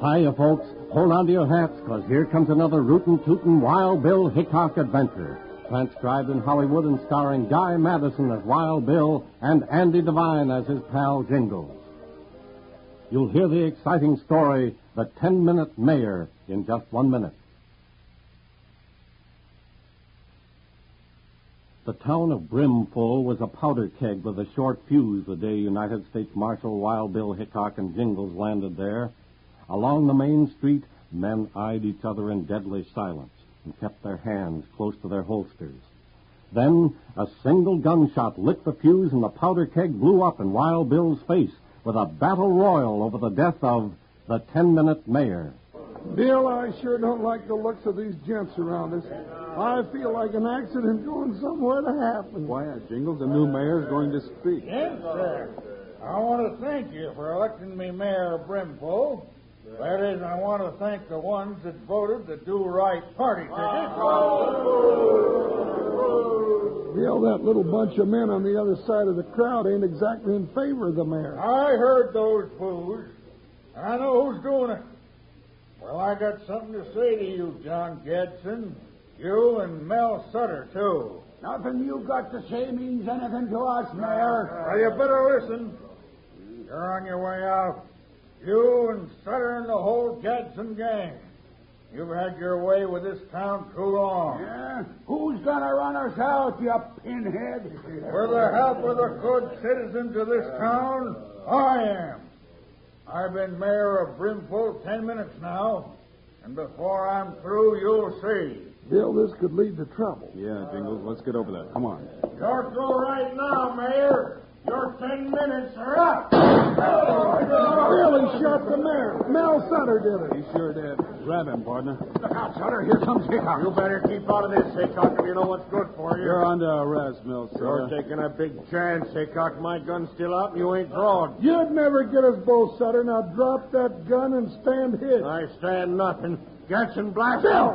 Hiya, folks. Hold on to your hats, because here comes another rootin' tootin' Wild Bill Hickok adventure. Transcribed in Hollywood and starring Guy Madison as Wild Bill and Andy Devine as his pal Jingles. You'll hear the exciting story, The Ten Minute Mayor, in just one minute. The town of Brimful was a powder keg with a short fuse the day United States Marshal Wild Bill Hickok and Jingles landed there. Along the main street, men eyed each other in deadly silence and kept their hands close to their holsters. Then a single gunshot lit the fuse and the powder keg blew up in Wild Bill's face with a battle royal over the death of the ten minute mayor. Bill, I sure don't like the looks of these gents around us. I feel like an accident going somewhere to happen. Why, Jingles, the new mayor's going to speak. Yes, sir. I want to thank you for electing me mayor of Brimful. That is, I want to thank the ones that voted the Do Right Party ticket. Bill, that little bunch of men on the other side of the crowd ain't exactly in favor of the mayor. I heard those boos, and I know who's doing it. Well, I got something to say to you, John Gadsden. You and Mel Sutter, too. Nothing you got to say means anything to us, Mayor. Well, you better listen. You're on your way out. You and Sutter and the whole Gadsden gang. You've had your way with this town too long. Yeah? Who's gonna run us out, you pinhead? With the help of the good citizens of this town, I am. I've been mayor of Brimful ten minutes now, and before I'm through, you'll see. Bill, this could lead to trouble. Yeah, Jingles, let's get over that. Come on. You're through right now, Mayor. Your ten minutes are up. Billy oh, shot the mayor. Mel Sutter did it. He sure did. Grab him, partner. Look out, Sutter. Here comes Hickok. You better keep out of this, Hickok, if you know what's good for you. You're under arrest, Mel Sutter. You're taking a big chance, Hickok. My gun's still out and you ain't drawn. You'd never get us both, Sutter. Now drop that gun and stand hit. I stand nothing. Gadsden Black. Bill!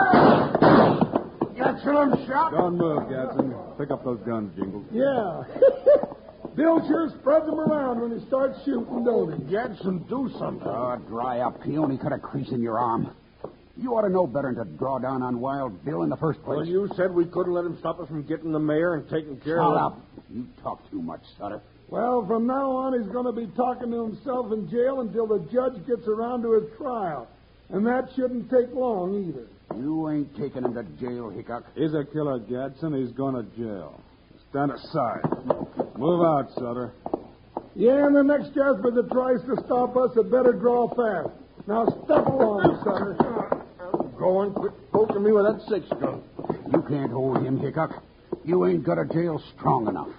Hey! Gatson, I'm shot. Don't move, Gatson. Pick up those guns, Jingles. Yeah. Bill sure spreads them around when he starts shooting, don't he? Gatson, do something. Oh, dry up. He only cut a crease in your arm. You ought to know better than to draw down on Wild Bill in the first place. Well, you said we couldn't let him stop us from getting the mayor and taking care Shut of him. up. You talk too much, Sutter. Well, from now on, he's going to be talking to himself in jail until the judge gets around to his trial. And that shouldn't take long either. You ain't taking him to jail, Hickok. He's a killer, Gadsden. He's going to jail. Stand aside. Move out, Sutter. Yeah, and the next jasper that tries to stop us had better draw fast. Now step along, Sutter. I'm going. Quit poking me with that six gun. You can't hold him, Hickok. You ain't got a jail strong enough.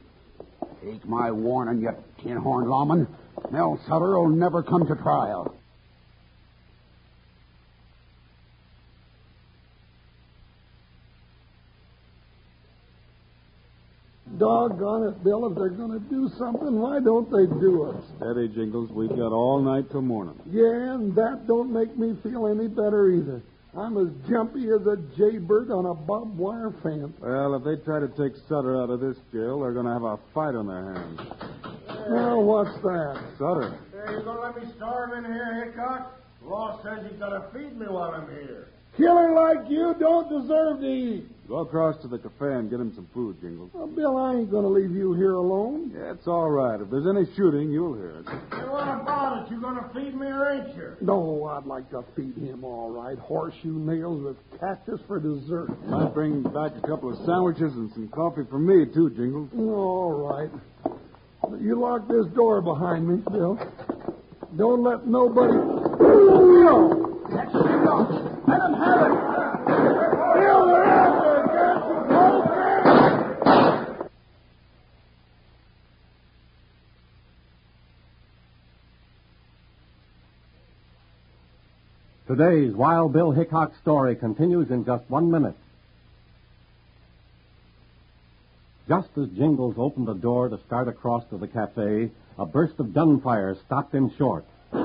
Take my warning, you tinhorn lawman. Mel Sutter will never come to trial. doggone it, Bill, if they're going to do something, why don't they do it? Steady, Jingles. We've got all night till morning. Yeah, and that don't make me feel any better either. I'm as jumpy as a jaybird on a barbed wire fence. Well, if they try to take Sutter out of this jail, they're going to have a fight on their hands. Now, what's that? Sutter. Hey, you going to let me starve in here, Hickok? Law says you got to feed me while I'm here. Killer like you don't deserve to eat. Go across to the cafe and get him some food, Jingles. Well, Bill, I ain't going to leave you here alone. Yeah, it's all right. If there's any shooting, you'll hear it. Hey, what about it? You going to feed me or ain't you? No, I'd like to feed him all right. Horseshoe nails with cactus for dessert. Might bring back a couple of sandwiches and some coffee for me, too, Jingles. All right. You lock this door behind me, Bill. Don't let nobody. Bill! That's enough. Let him have it. Bill, they're after Gadsden. Today's Wild Bill Hickok story continues in just one minute. Just as Jingles opened the door to start across to the cafe, a burst of gunfire stopped him short. Bill,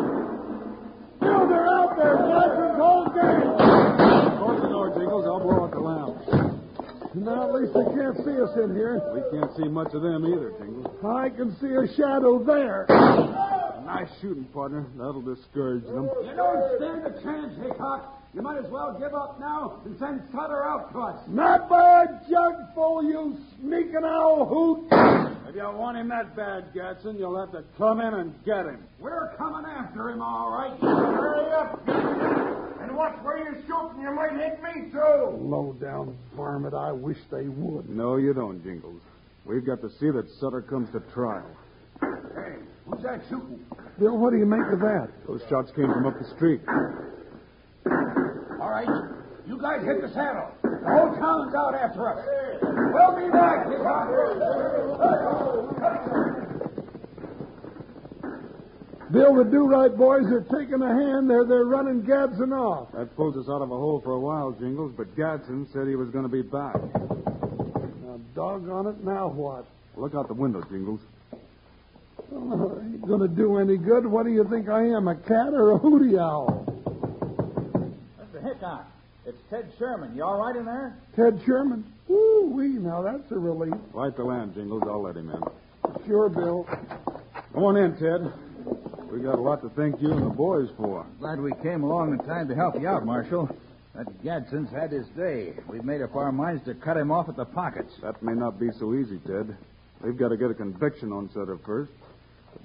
they're out there. Jackson's whole gang. Close the door, Jingles. I'll blow out the lamp. Now, at least they can't see us in here. We can't see much of them either, Jingles. I can see a shadow there. Nice shooting, partner. That'll discourage them. You don't stand a chance, Hickok. You might as well give up now and send Sutter out to us. Not by a jugful, you sneaking owl hoot. If you want him that bad, Gatson, you'll have to come in and get him. We're coming after him, all right. Hurry up, Gatson, and watch where you're shooting. You might hit me, too. Low down varmint, I wish they would. No, you don't, Jingles. We've got to see that Sutter comes to trial. Hey, who's that shooting? Bill, what do you make of that? Those shots came from up the street. All right, you guys hit the saddle. The whole town's out after us. We'll be back, Hickok. Bill, the do right boys are taking a hand there. They're running Gadsden off. That pulls us out of a hole for a while, Jingles, but Gatson said he was going to be back. Now, doggone it, now what? Look out the window, Jingles. Oh, ain't gonna do any good. What do you think I am, a cat or a hootie owl? Mr. Hickok, it's Ted Sherman. You all right in there? Ted Sherman? Woo wee, now that's a relief. Light the lamp, Jingles. I'll let him in. Sure, Bill. Come on in, Ted. We got a lot to thank you and the boys for. Glad we came along in time to help you out, Marshal. That Gadsden's had his day. We've made up our minds to cut him off at the pockets. That may not be so easy, Ted. We've got to get a conviction on Sutter first.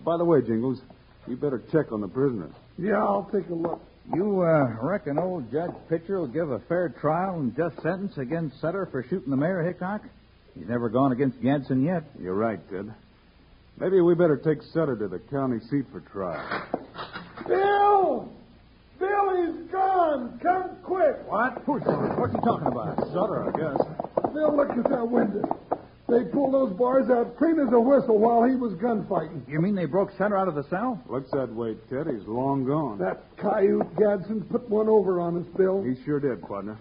By the way, Jingles, you better check on the prisoner. Yeah, I'll take a look. You uh, reckon old Judge Pitcher will give a fair trial and just sentence against Sutter for shooting the mayor, Hickok? He's never gone against Gadsden yet. You're right, Ted. Maybe we better take Sutter to the county seat for trial. Bill! Bill, he's gone! Come quick! What? Who's, what's he talking about? Sutter, I guess. Bill, look at that window. They pulled those bars out clean as a whistle while he was gunfighting. You mean they broke Sutter out of the cell? Looks that way, Ted. He's long gone. That coyote Gadsden put one over on us, Bill. He sure did, partner.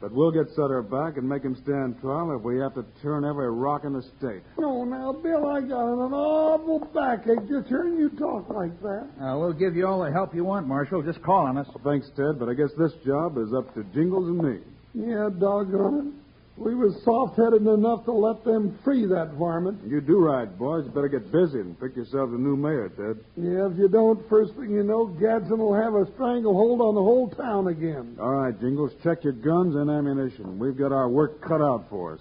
But we'll get Sutter back and make him stand trial if we have to turn every rock in the state. Oh, now, Bill, I got an awful backache just hearing you talk like that. Uh, we'll give you all the help you want, Marshal. Just call on us. Thanks, Ted, but I guess this job is up to Jingles and me. Yeah, doggone it. We was soft-headed enough to let them free that varmint. You do right, boys. Better get busy and pick yourselves a new mayor, Ted. Yeah, if you don't, first thing you know, Gadsden will have a stranglehold on the whole town again. All right, Jingles, check your guns and ammunition. We've got our work cut out for us.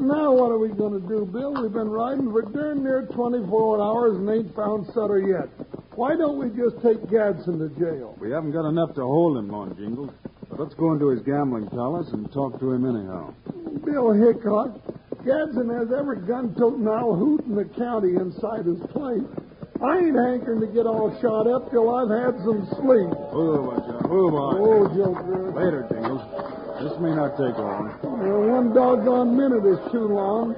Now what are we going to do, Bill? We've been riding for darn near 24 hours and ain't found Sutter yet. Why don't we just take Gadsden to jail? We haven't got enough to hold him on, Jingles. But let's go into his gambling palace and talk to him anyhow. Bill Hickok, Gadsden has every gun-toting owl hoot in the county inside his plate. I ain't hankering to get all shot up till I've had some sleep. Move on, Joe. Move on. Oh, Joker. Later, Jingles. This may not take long. Well, one doggone minute is too long.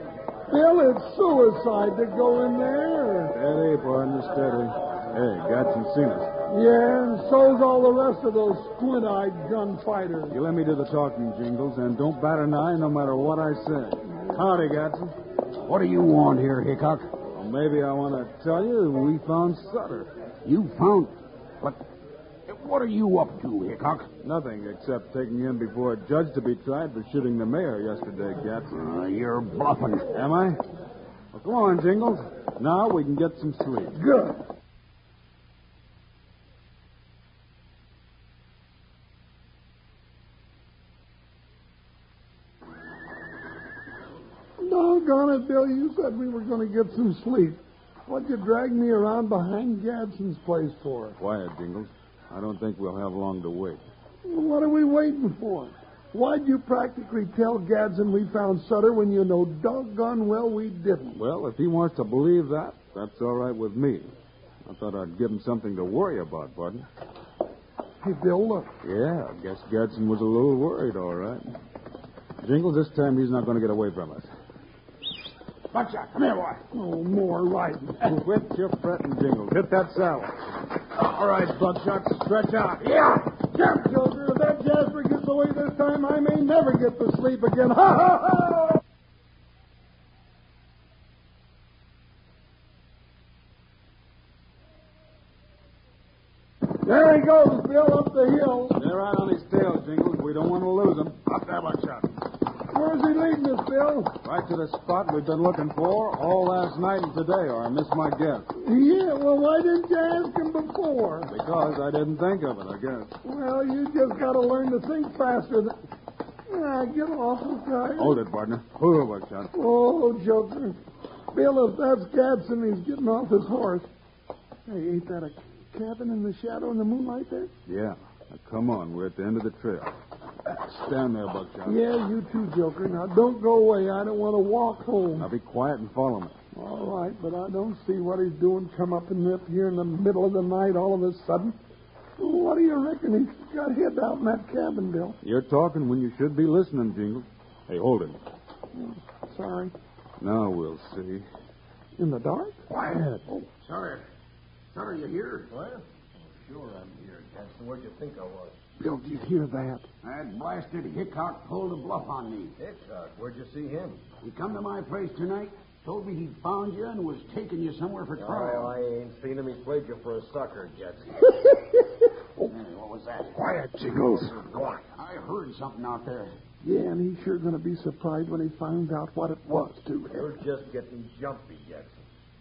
Bill, it's suicide to go in there. Steady, partner, steady. Hey, Gadsden's seen us. Yeah, so's all the rest of those squint-eyed gunfighters. You let me do the talking, Jingles, and don't bat an eye no matter what I say. Howdy, Gadsden. What do you want here, Hickok? Well, maybe I want to tell you we found Sutter. You found. What? What are you up to, Hickok? Nothing except taking him before a judge to be tried for shooting the mayor yesterday, Gadsden. Uh, you're bluffing. Am I? Well, come on, Jingles. Now we can get some sleep. Good. Doggone it, Bill, you said we were going to get some sleep. What'd you drag me around behind Gadsden's place for? Quiet, Jingles. I don't think we'll have long to wait. What are we waiting for? Why'd you practically tell Gadsden we found Sutter when you know doggone well we didn't? Well, if he wants to believe that, that's all right with me. I thought I'd give him something to worry about, partner. Hey, Bill, look. Yeah, I guess Gadsden was a little worried, all right. Jingle, this time he's not going to get away from us. Buckshot, come here, boy. Oh, more riding. Quit your fretting, Jingle. Hit that saddle. All All right, Buckshot, stretch out. Yeah! Jump, Joker. If that Jasper gets away this time, I may never get to sleep again. Ha ha ha! There he goes, Bill, up the hill. They're out on his tail, Jingles. We don't want to lose him. Up there, Buckshot. Where's he leading us, Bill? Right to the spot we've been looking for all last night and today, or I miss my guess. Yeah, well, why didn't you ask him before? Because I didn't think of it, I guess. Well, you just got to learn to think faster. Than... Yeah, I get awful tired. Hold it, partner. Hold it, Buckshot. Oh, Joker. Bill, if that's Gadsden, he's getting off his horse. Hey, ain't that a cabin in the shadow in the moonlight there? Yeah. Now, come on. We're at the end of the trail. Stand there, Buckshot. Yeah, you too, Joker. Now, don't go away. I don't want to walk Now home. be quiet and follow me. All right, but I don't see what he's doing come up and up here in the middle of the night all of a sudden. What do you reckon he's got hid out in that cabin, Bill? You're talking when you should be listening, Jingles. Hey, hold him. Sorry. Now we'll see. In the dark? Quiet. Oh, Sorry. Sorry, you hear? What? Sure, I'm here, Gadsden. Where'd you think I was? Bill, do you hear that? That blasted Hickok pulled a bluff on me. Hickok. Where'd you see him? He come to my place tonight, told me he found you and was taking you somewhere for Oh, trial. I ain't seen him. He played you for a sucker, Gadsden. Hey, what was that? Quiet, Jingles. I heard something out there. Yeah, and he's sure going to be surprised when he finds out what it was, too. You're just getting jumpy, Gadsden.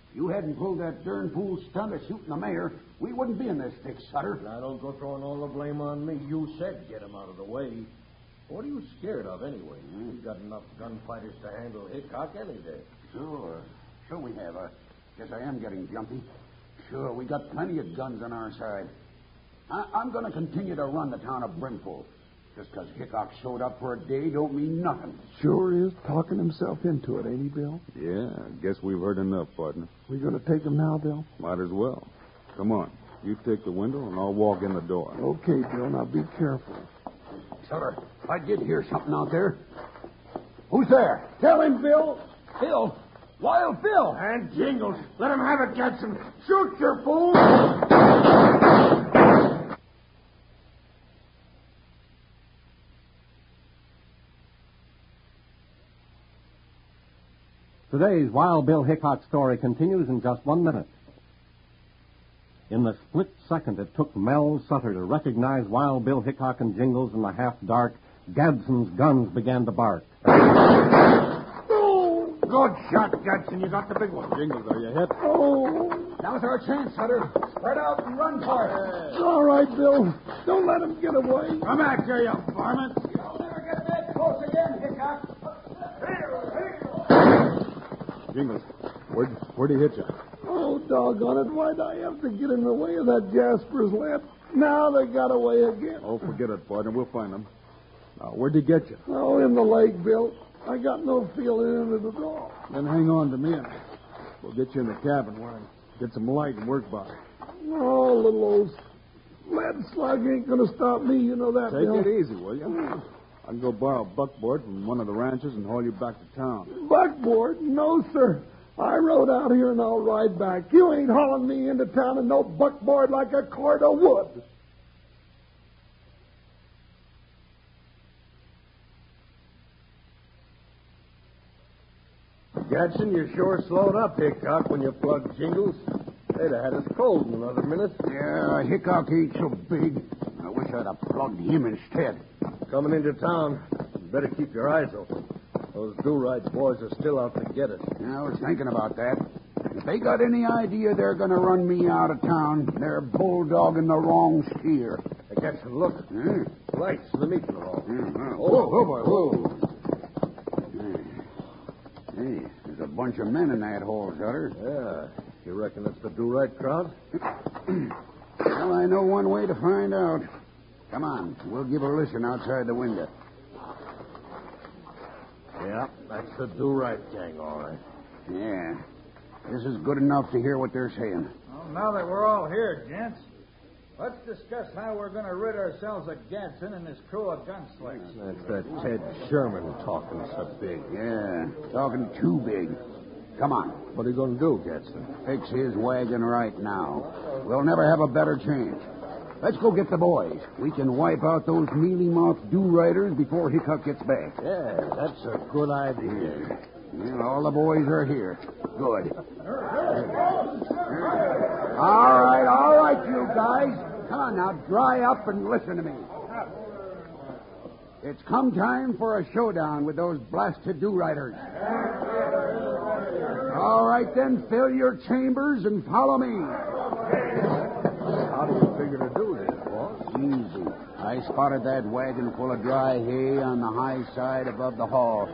If you hadn't pulled that darn fool stunt of shooting the mayor, we wouldn't be in this fix, Sutter. Now, don't go throwing all the blame on me. You said get him out of the way. What are you scared of, anyway? We've got enough gunfighters to handle Hickok any day. Sure. Sure we have. Uh, guess I am getting jumpy. Sure, we got plenty of guns on our side. I- I'm going to continue to run the town of Brimful. Just 'cause Hickok showed up for a day don't mean nothing. Sure is talking himself into it, ain't he, Bill? Yeah, I guess we've heard enough, partner. We going to take him now, Bill? Might as well. Come on. You take the window, and I'll walk in the door. Okay, Bill. Now be careful. Sutter, I did hear something out there. Who's there? Tell him, Bill. Bill? Wild Bill. And Jingles. Let him have it, Gadsden. Shoot your fool! Today's Wild Bill Hickok story continues in just one minute. In the split second it took Mel Sutter to recognize Wild Bill Hickok and Jingles in the half dark, Gadsden's guns began to bark. Good shot, Gadsden. You got the big one. Jingles, are you hit? Now's our chance, Sutter. Spread out and run for it. All right, Bill. Don't let him get away. Come back here, you varmint. You'll never get that close again, Hickok. Jingles, where'd, where'd he hit you? Oh, doggone it. Why'd I have to get in the way of that Jasper's lad? Now they got away again. Oh, forget it, partner. We'll find him. Now, where'd he get you? Oh, in the leg, Bill. I got no feeling in it at all. Then hang on to me, and we'll get you in the cabin where I can get some light and work by. Oh, little old lead slug ain't going to stop me. You know that, Take Bill. it easy, will you? I can go borrow a buckboard from one of the ranches and haul you back to town. Buckboard? No, sir. I rode out here and I'll ride back. You ain't hauling me into town in no buckboard like a cord of wood. Gadsden, you sure slowed up, Hickok, when you plugged Jingles. They'd have had us cold in another minute. Yeah, Hickok ain't so big. I wish I'd have plugged him instead. Coming into town, you better keep your eyes open. Those do-right boys are still out to get us. I was thinking about that. If they got any idea they're going to run me out of town, they're bulldogging the wrong steer. I guess, look, Hmm? lights in the meeting hall. Mhm. Oh, Whoa, whoa, boy, whoa. Hey, Hey, there's a bunch of men in that hole, Sutter. Yeah, you reckon that's the do-right crowd? Well, I know one way to find out. Come on, we'll give a listen outside the window. Yeah, that's the do-right gang, all right. Yeah, this is good enough to hear what they're saying. Well, now that we're all here, gents, let's discuss how we're going to rid ourselves of Gadsden and his crew of gunslingers. That's that Ted Sherman talking so big. Yeah, talking too big. Come on. What are you going to do, Gadsden? Fix his wagon right now. We'll never have a better chance. Let's go get the boys. We can wipe out those mealy-mouthed do-righters before Hickok gets back. Yeah, that's a good idea. Well, all the boys are here. Good. All right, all right, you guys. Come on now, dry up and listen to me. It's come time for a showdown with those blasted do-righters. All right, then, fill your chambers and follow me. How do you figure to do this, boss? Easy. I spotted that wagon full of dry hay on the high side above the hall.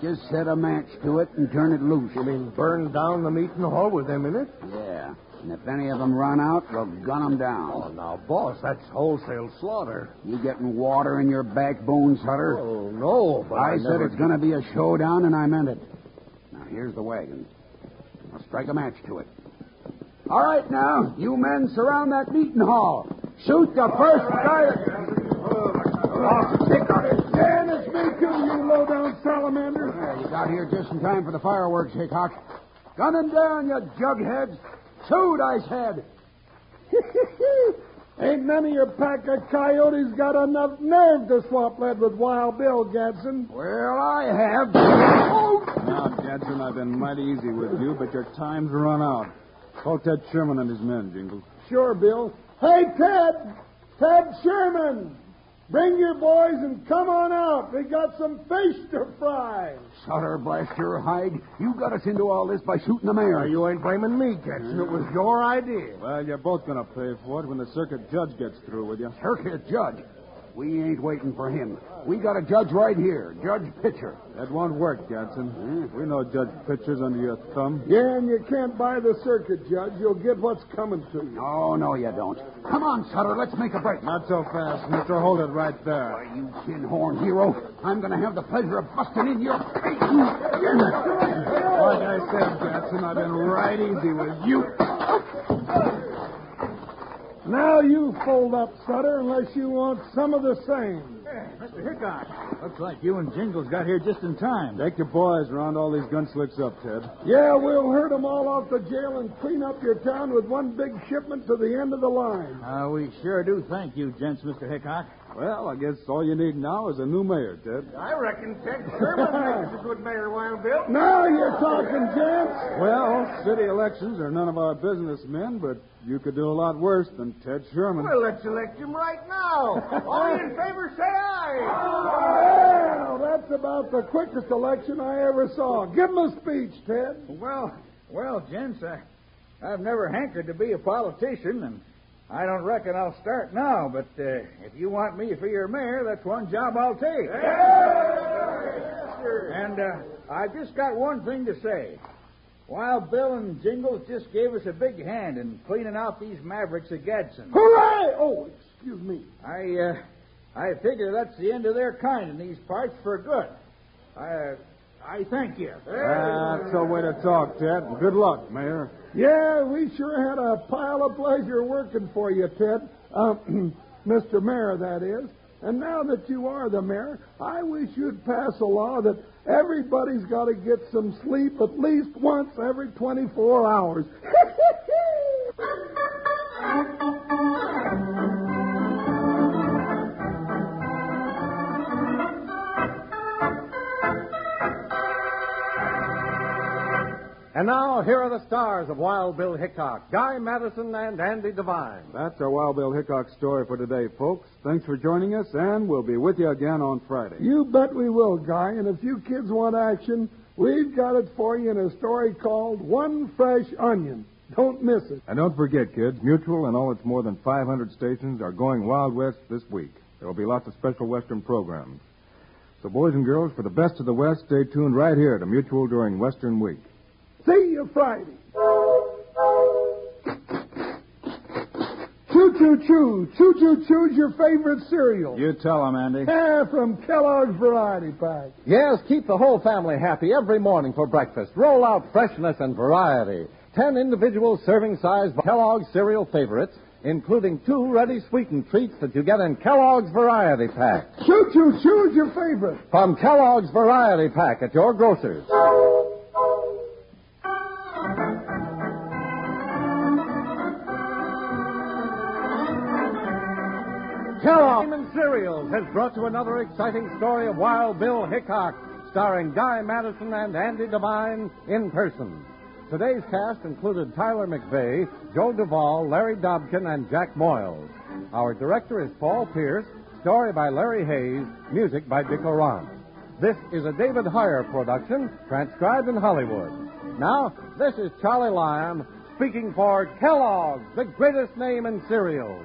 Just set a match to it and turn it loose. You mean burn down the meeting hall with them in it? Yeah. And if any of them run out, we'll gun 'em Oh, down. now, boss, that's wholesale slaughter. You getting water in your backbone, Sutter? Oh, no, but I, said it's going to be a showdown, and I meant it. Now, here's the wagon. I'll strike a match to it. All right, now, you men surround that meeting hall. Shoot the first guy. Oh, pick on it. And it's me too, you low-down salamander. Yeah, you got here just in time for the fireworks, Hickok. Gun him down, you jugheads. Shoot, I said. Ain't none of your pack of coyotes got enough nerve to swap lead with Wild Bill, Gadsden. Well, I have. Oh! Now, Gadsden, I've been mighty easy with you, but your time's run out. Call Ted Sherman and his men, Jingles. Sure, Bill. Hey, Ted! Ted Sherman! Bring your boys and come on out. We got some fish to fry. Sutter, blast your hide. You got us into all this by shooting the mayor. Mm-hmm. you ain't blaming me, Jackson. It was your idea. Well, you're both going to pay for it when the circuit judge gets through with you. Circuit judge. We ain't waiting for him. We got a judge right here, Judge Pitcher. That won't work, Gadsden. We know Judge Pitcher's under your thumb. Yeah, and you can't buy the circuit, Judge. You'll get what's coming to you. No, no, you don't. Come on, Sutter, let's make a break. Not so fast, Mister. Hold it right there. Why, you tin horn hero, I'm going to have the pleasure of busting in your face. you- Like I said, Gadsden, I've been right easy with you. Now you fold up, Sutter, unless you want some of the same. Mr. Hickok, looks like you and Jingles got here just in time. Take your boys, round all these gun slicks up, Ted. Yeah, we'll herd 'em all off to jail and clean up your town with one big shipment to the end of the line. Uh, we sure do thank you, gents, Mr. Hickok. Well, I guess all you need now is a new mayor, Ted. I reckon Ted Sherman makes a good mayor, Wild Bill. Now you're talking, gents. Well, city elections are none of our business, men, but you could do a lot worse than Ted Sherman. Well, let's elect him right now. All in favor, say aye. Well, that's about the quickest election I ever saw. Give 'em a speech, Ted. Well, well, gents, I, I've never hankered to be a politician, and I don't reckon I'll start now. But uh, if you want me for your mayor, that's one job I'll take. And uh, I just got one thing to say. While Bill and Jingles just gave us a big hand in cleaning out these mavericks of Gadsden, Hooray! Oh, excuse me. I, uh, I figure that's the end of their kind in these parts for good. I, uh, I thank you. That's a way to talk, Ted. Good luck, Mayor. Yeah, we sure had a pile of pleasure working for you, Ted. Uh, Mr. Mayor, that is. And now that you are the mayor, I wish you'd pass a law that everybody's got to get some sleep at least once every 24 hours. And now, here are the stars of Wild Bill Hickok, Guy Madison, and Andy Devine. That's our Wild Bill Hickok story for today, folks. Thanks for joining us, and we'll be with you again on Friday. you bet we will, Guy. And if you kids want action, we've got it for you in a story called One Fresh Onion. Don't miss it. And don't forget, kids, Mutual and all its more than 500 stations are going Wild West this week. There will be lots of special Western programs. So, boys and girls, for the best of the West, stay tuned right here to Mutual during Western Week. See you Friday. Choo choo choo. Choo choo choo's your favorite cereal. You tell them, Andy. Yeah, from Kellogg's Variety Pack. Yes, keep the whole family happy every morning for breakfast. Roll out freshness and variety. Ten individual serving size Kellogg's cereal favorites, including two ready sweetened treats that you get in Kellogg's Variety Pack. Choo choo choo's your favorite. From Kellogg's Variety Pack at your grocer's. Kellogg's Cereals has brought you another exciting story of Wild Bill Hickok, starring Guy Madison and Andy Devine in person. Today's cast included Tyler McVeigh, Joe Duvall, Larry Dobkin, and Jack Moyles. Our director is Paul Pierce, story by Larry Hayes, music by Dick Oran. This is a David Heyer production, transcribed in Hollywood. Now, this is Charlie Lyon speaking for Kellogg's, the greatest name in cereals,